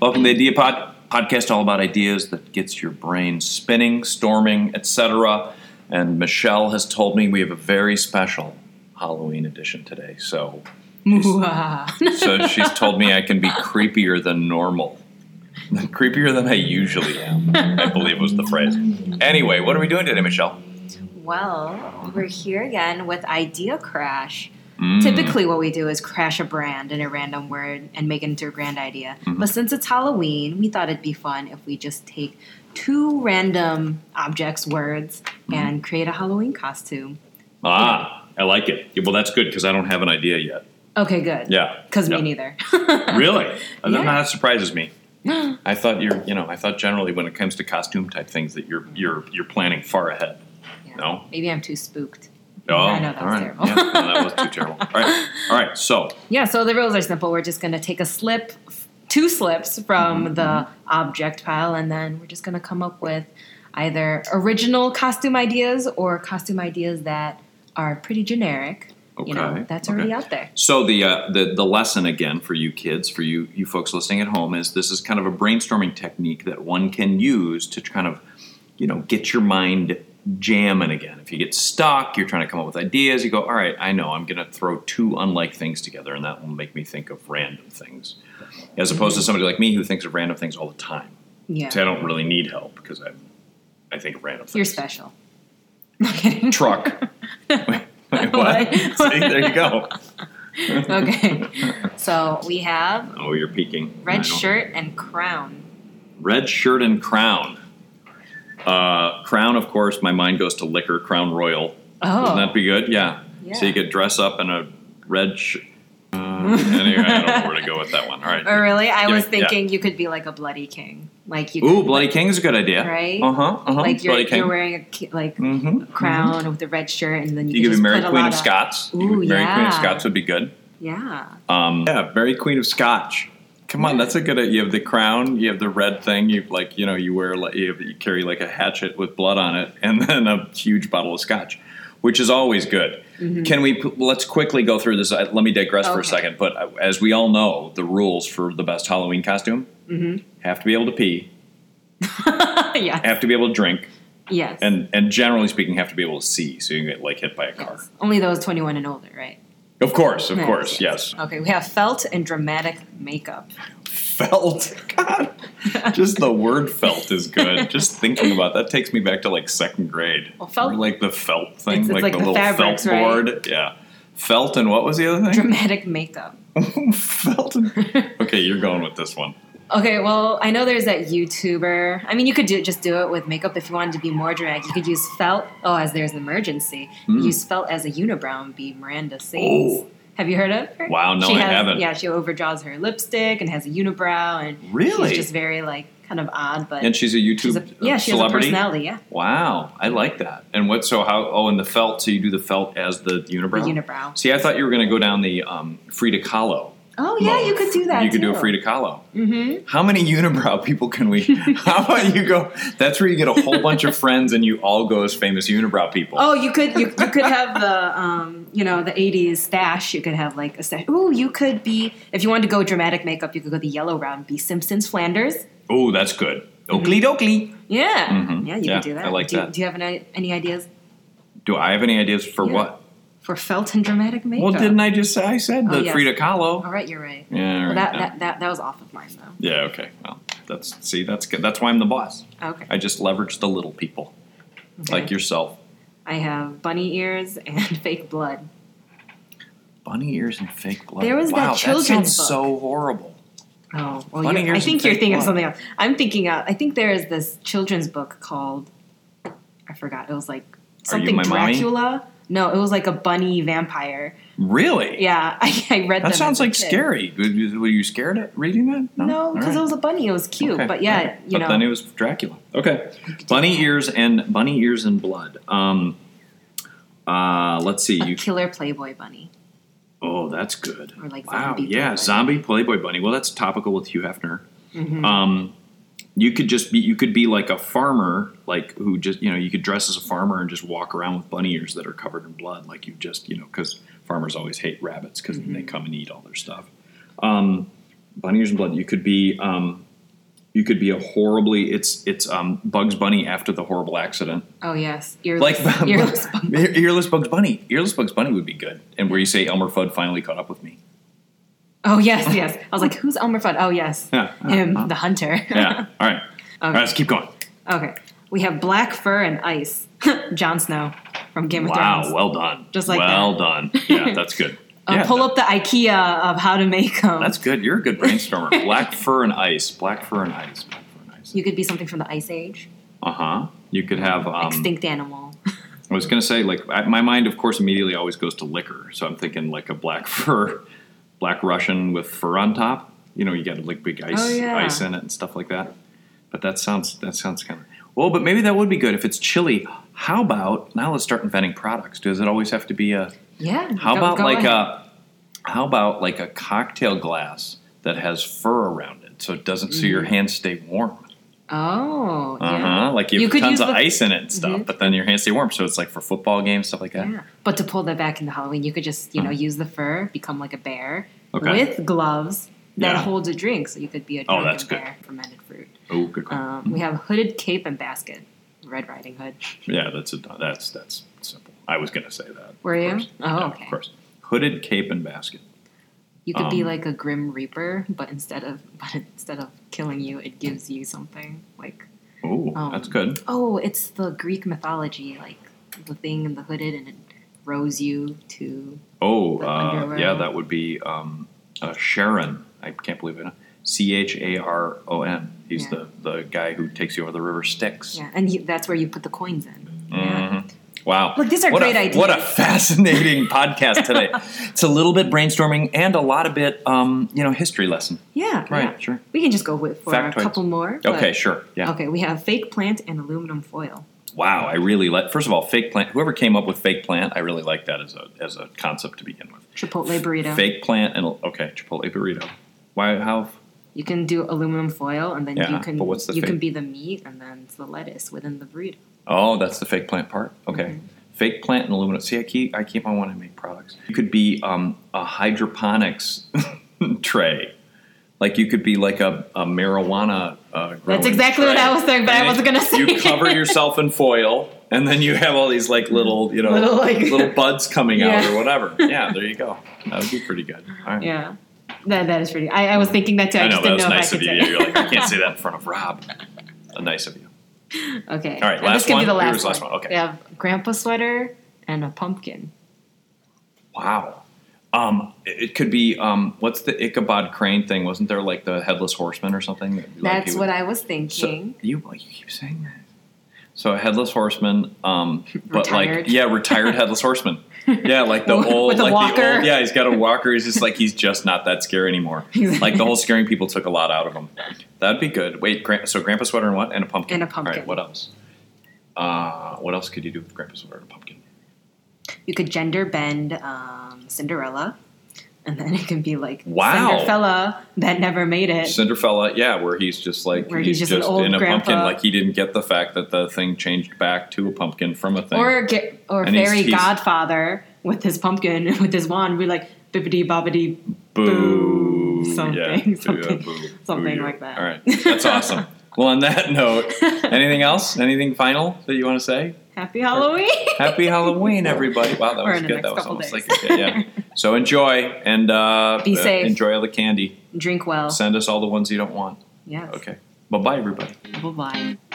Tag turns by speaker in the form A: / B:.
A: Welcome to the Idea Pod, podcast all about ideas that gets your brain spinning, storming, etc. And Michelle has told me we have a very special Halloween edition today. So,
B: Mwah.
A: so she's told me I can be creepier than normal. creepier than I usually am, I believe was the phrase. Anyway, what are we doing today, Michelle?
B: well, we're here again with Idea Crash.
A: Mm.
B: Typically, what we do is crash a brand in a random word and make it into a grand idea.
A: Mhm.
B: But since it's Halloween, we thought it'd be fun if we just take two random objects, words,
A: Mm-hmm.
B: and create a Halloween costume.
A: Ah, I like it. Yeah, well, that's good because I don't have an idea yet.
B: Okay, good.
A: Yeah.
B: Because
A: Yeah.
B: me neither.
A: Really? Uh,
B: Yeah.
A: That surprises me. I thought you're, you know, I thought generally when it comes to costume type things that you're you're you're planning far ahead.
B: Yeah.
A: No.
B: Maybe I'm too spooked.
A: Oh,
B: I know, that
A: all
B: was
A: right.
B: terrible.
A: Yeah, no, that was too terrible. All right, all right. So,
B: Yeah, so the rules are simple. We're just going to take a slip, two slips from
A: Mm-hmm,
B: the object pile, and then we're just going to come up with either original costume ideas or costume ideas that are pretty generic. You know,
A: Okay,
B: that's
A: okay.
B: already out there.
A: so the uh, the the lesson again for you kids, for you you folks listening at home, is this is kind of a brainstorming technique that one can use to kind of, you know, get your mind jamming again. If you get stuck, you're trying to come up with ideas. You go, all right, I know, I'm going to throw two unlike things together, and that will make me think of random things, as opposed to somebody like me who thinks of random things all the time.
B: Mm-hmm. Yeah.
A: See, I don't really need help because I, I think of random things.
B: You're special. No kidding.
A: Truck. Wait, wait, what?
B: What?
A: See, there you go.
B: okay. So we have
A: Oh, you're peeking. I
B: red
A: don't-
B: shirt and crown.
A: Red shirt and crown. Uh, crown, of course. My mind goes to liquor. Crown Royal.
B: Oh.
A: Wouldn't that be good? Yeah. So you
B: Yeah.
A: could dress up in a red. Sh- uh, anyway, I don't know where to go with that one. All right.
B: oh, really? I
A: Yeah,
B: was
A: yeah.
B: thinking you could be like a bloody king. Like you
A: Ooh,
B: could-
A: Bloody King's a good idea.
B: Right?
A: Uh huh. Uh huh.
B: like you're,
A: Bloody King.
B: you're wearing a ki- like
A: Mhm,
B: crown with the red shirt, and then you,
A: You
B: can
A: could
B: just
A: be Mary
B: put a
A: Queen
B: lot
A: of Scots. You
B: Ooh,
A: could- Mary Queen of
B: yeah.
A: Scots would be good.
B: Yeah,
A: Um, yeah, Mary Queen of Scotch. Come on, that's a good. You have the crown, you have the red thing. You like, you know, you wear, like, you, have, you carry like a hatchet with blood on it, and then a huge bottle of scotch, which is always good. Can we? p- Let's quickly go through this. I, let me digress for a
B: Mm-hmm. Okay.
A: second. But uh, as we all know, the rules for the best Halloween costume
B: Mm-hmm.
A: have to be able to pee,
B: yes,
A: have to be able to drink,
B: yes,
A: and and generally speaking, have to be able to see, so you can get like hit by a car.
B: yes. Only those twenty-one and older, right?
A: Of course, of
B: Yes,
A: course, yes.
B: Okay, we have felt and dramatic makeup.
A: felt. God, just the word felt is good. Just thinking about that takes me back to like second grade.
B: Well, felt-
A: like the felt thing,
B: It's- it's
A: like,
B: like
A: the,
B: the
A: little
B: fabrics,
A: felt
B: right?
A: board. Yeah, felt and what was the other thing?
B: Dramatic makeup.
A: felt. And, okay, you're going with this one.
B: Okay, well, I know there's that YouTuber. I mean, you could do just do it with makeup if you wanted to be more dramatic. You could use felt. Oh, as there's an emergency,
A: Mm.
B: you use felt as a unibrow and be Miranda sings.
A: Oh.
B: Have you heard of her?
A: Wow, no,
B: she
A: I
B: has,
A: haven't.
B: Yeah, she overdraws her lipstick and has a unibrow, and
A: Really?
B: she's just very like kind of odd, but
A: And she's a YouTube
B: she's a, yeah, she has a
A: celebrity.
B: personality. Yeah,
A: wow, I like that. And what? So how? Oh, and the felt. So you do the felt as the
B: the
A: unibrow.
B: unibrow.
A: See, I thought you were going to go down the um, Frida Kahlo.
B: Oh yeah,
A: mode.
B: you could do that. Mm-hmm.
A: You could do a Frida Kahlo. How many unibrow people can we? How about you go? That's where you get a whole bunch of friends and you all go as famous unibrow people.
B: Oh, you could you, you could have the um, you know the '80s stash. You could have like a stash. Ooh, you could be if you wanted to go dramatic makeup, you could go the yellow round, be Simpsons Flanders.
A: Ooh, that's good.
B: Mm-hmm.
A: Oakley dokley.
B: Yeah,
A: Mhm.
B: yeah, you
A: Yeah,
B: could do that.
A: I like
B: do,
A: that.
B: Do you have any, any ideas
A: Do I have any ideas for
B: Yeah.
A: what?
B: for felt and dramatic makeup?
A: Well, didn't I just say I said
B: Oh,
A: the
B: yes.
A: Frida Kahlo?
B: All right, you're right.
A: Yeah, all
B: Well,
A: right,
B: that,
A: yeah.
B: that, that that was off of mine though.
A: yeah. Okay. Well, that's see, that's good. That's why I'm the boss.
B: Okay.
A: I just leverage the little people,
B: Okay.
A: like yourself.
B: I have bunny ears and fake blood.
A: Bunny ears and fake blood.
B: There was that
A: wow,
B: children's
A: sounds
B: book.
A: so horrible.
B: Oh, well,
A: Bunny
B: you're, I
A: ears and
B: think you're
A: fake
B: thinking of
A: blood.
B: something else. I'm thinking of, I think there is this children's book called, I forgot, it was like something
A: My Mommy?
B: Dracula. No, it was like a bunny vampire.
A: Really?
B: Yeah, I, I read them
A: That
B: as
A: sounds
B: a
A: like
B: kid.
A: scary. Were you were you scared at reading that?
B: No,
A: All
B: because
A: right.
B: it was a bunny. It was cute,
A: Okay,
B: but yeah,
A: all right.
B: you
A: But
B: know.
A: then it was Dracula. Okay, bunny ears and bunny ears and blood. Um, uh, let's see.
B: a
A: You,
B: killer Playboy bunny.
A: oh, that's good.
B: Or like
A: wow,
B: zombie
A: yeah,
B: Playboy.
A: zombie Playboy bunny. Well, that's topical with Hugh Hefner.
B: Mm-hmm.
A: Um, you could just be you could be like a farmer, like who just you know you could dress as a farmer and just walk around with bunny ears that are covered in blood, like you just you know because farmers always hate
B: Mm-hmm.
A: rabbits because they come and eat all their stuff. Um, bunny ears and blood. You could be um, You could be a horribly it's it's um, Bugs Bunny after the horrible accident.
B: Oh yes,
A: Like
B: earless, earless bump.
A: earless Bugs Bunny. Earless Bugs Bunny would be good. And where you say Elmer Fudd finally caught up with me.
B: Oh yes, yes. I was like, who's Elmer Fudd? Oh yes,
A: Yeah. uh, uh-huh.
B: him, the hunter.
A: Yeah. All right. All right.
B: Okay.
A: Let's keep going.
B: okay, we have black fur and ice. Jon Snow from Game of
A: Wow.
B: Thrones.
A: Well done.
B: Just like
A: well done. Yeah, that's good.
B: Uh,
A: yeah,
B: pull up the IKEA of how to make them.
A: That's good. You're a good brainstormer. Black fur and ice. Black fur and ice. Black fur and ice.
B: you could be something from the Ice Age,
A: Uh huh. You could have um,
B: extinct animal.
A: I was going to say, like, I, my mind, of course, immediately always goes to liquor. So I'm thinking like a black fur, black Russian with fur on top. You know, you got like big ice,
B: Oh, yeah.
A: ice in it and stuff like that. But that sounds that sounds kind of well. But maybe that would be good if it's chilly. How about now? Let's start inventing products. Does it always have to be a?
B: Yeah.
A: How
B: go-
A: about
B: go
A: like
B: ahead.
A: a? How about like a cocktail glass that has fur around it, so it doesn't, so your hands stay warm.
B: Oh,
A: Uh huh.
B: Mm-hmm. yeah.
A: Like you,
B: You
A: have
B: could
A: tons
B: use
A: of
B: the-
A: ice in it and stuff,
B: Mhm.
A: but then your hands stay warm. So it's like for football games, stuff like that.
B: Yeah. But to pull that back into Halloween, you could just, you know, use the fur, become like a bear
A: Uh-huh. Okay.
B: with gloves that
A: Yeah.
B: holds a drink. So you could be a
A: Oh,
B: drunken
A: that's good.
B: bear, fermented fruit.
A: Oh, good call.
B: Um, we have hooded cape and basket, Red Riding Hood.
A: yeah, that's a, that's that's simple. I was going to say that.
B: Were
A: of
B: you?
A: course.
B: Oh,
A: Yeah,
B: okay.
A: Of course. Hooded cape and basket.
B: You could be
A: Um,
B: like a grim reaper, but instead of but instead of killing you, it gives you something like
A: Oh,
B: Um,
A: that's good.
B: oh, it's the Greek mythology, like the thing in the hooded and it rows you to
A: Oh,
B: the
A: uh,
B: underwear.
A: yeah, that would be um, uh, Sharon. I can't believe it. C H A R O N. He's
B: Yeah.
A: the, the guy who takes you over the river Styx.
B: yeah, and you, that's where you put the coins in. Yeah.
A: Mhm. Wow.
B: Look, these are
A: what
B: great
A: a,
B: ideas.
A: What a fascinating podcast today. It's a little bit brainstorming and a lot of bit, um, you know, history lesson.
B: Yeah,
A: Right,
B: yeah.
A: sure.
B: We can just go with for
A: Factoids.
B: a couple more. but-
A: Okay, sure. Yeah.
B: Okay, we have fake plant and aluminum foil.
A: Wow, I really like. First of all, fake plant. Whoever came up with fake plant, I really like that as a as a concept to begin with.
B: Chipotle burrito.
A: Fake plant and okay, Chipotle burrito. Why? How?
B: You can do aluminum foil, and then
A: Yeah,
B: you can
A: but what's the
B: you
A: fake-
B: can be the meat, and then it's the lettuce within the burrito.
A: Oh, that's the fake plant part. Okay,
B: Mm-hmm.
A: fake plant and aluminum. See, I keep I keep on wanting to make products. You could be um, a hydroponics tray, like you could be like a, a marijuana. Uh, growing
B: That's exactly what
A: tray.
B: I was thinking, but
A: And
B: I wasn't gonna say.
A: You
B: it.
A: cover yourself in foil, and then you have all these like little you know
B: Little, like-
A: little buds coming out
B: Yeah.
A: or whatever. Yeah, there you go. That would be pretty good. All right.
B: Yeah, that, that is pretty. I, I was thinking that too. I,
A: I know
B: just
A: that was
B: didn't know
A: nice
B: if
A: of
B: I
A: you. Yeah,
B: could say.
A: You're like, I can't say that in front of Rob. nice of you.
B: okay.
A: All right,
B: And
A: last
B: this could
A: one?
B: be the last,
A: Here's the last one, okay.
B: We have grandpa sweater and a pumpkin.
A: Wow. Um, it it could be um, what's the Ichabod Crane thing? Wasn't there like the headless horseman or something? that, like,
B: That's
A: he would-
B: what I was
A: So-
B: thinking.
A: you you keep saying that. So a headless horseman, um, but like
B: Retired.
A: yeah, retired headless horseman. Yeah, like the
B: With
A: old,
B: a
A: like the
B: walker.
A: old, yeah, he's got a walker. He's just like he's just not that scary anymore. Like the whole scaring people took a lot out of him. That'd be good. Wait, gran- so grandpa sweater and what? And a pumpkin.
B: And a
A: All
B: pumpkin.
A: right, what else? Uh, what else could you do with grandpa sweater and a pumpkin?
B: You could gender bend um, Cinderella, and then it can be like
A: Wow.
B: Cinderella that never made it.
A: Cinderfella, yeah, where he's just like
B: Where
A: he's,
B: he's just an
A: just
B: old
A: in a pumpkin,
B: grandpa.
A: like he didn't get the fact that the thing changed back to a pumpkin from a thing.
B: Or get, or
A: And he's-
B: fairy
A: he's-
B: godfather with his pumpkin and with his wand, be like bibbidi bobbidi
A: boo,
B: boo, something,
A: yeah, boo,
B: something,
A: yeah, boo,
B: something
A: boo,
B: like
A: yeah.
B: that.
A: All right, that's awesome. well, on that note, anything else? Anything final that you want to say?
B: Happy Halloween.
A: Happy Halloween, everybody! Wow, that
B: Or
A: was
B: in the
A: good.
B: next
A: That was
B: couple
A: almost
B: days.
A: like a, yeah. So enjoy and uh,
B: Be
A: uh,
B: safe.
A: Enjoy all the candy.
B: Drink well.
A: Send us all the ones you don't want.
B: yes.
A: Okay, bye bye, everybody.
B: Bye bye.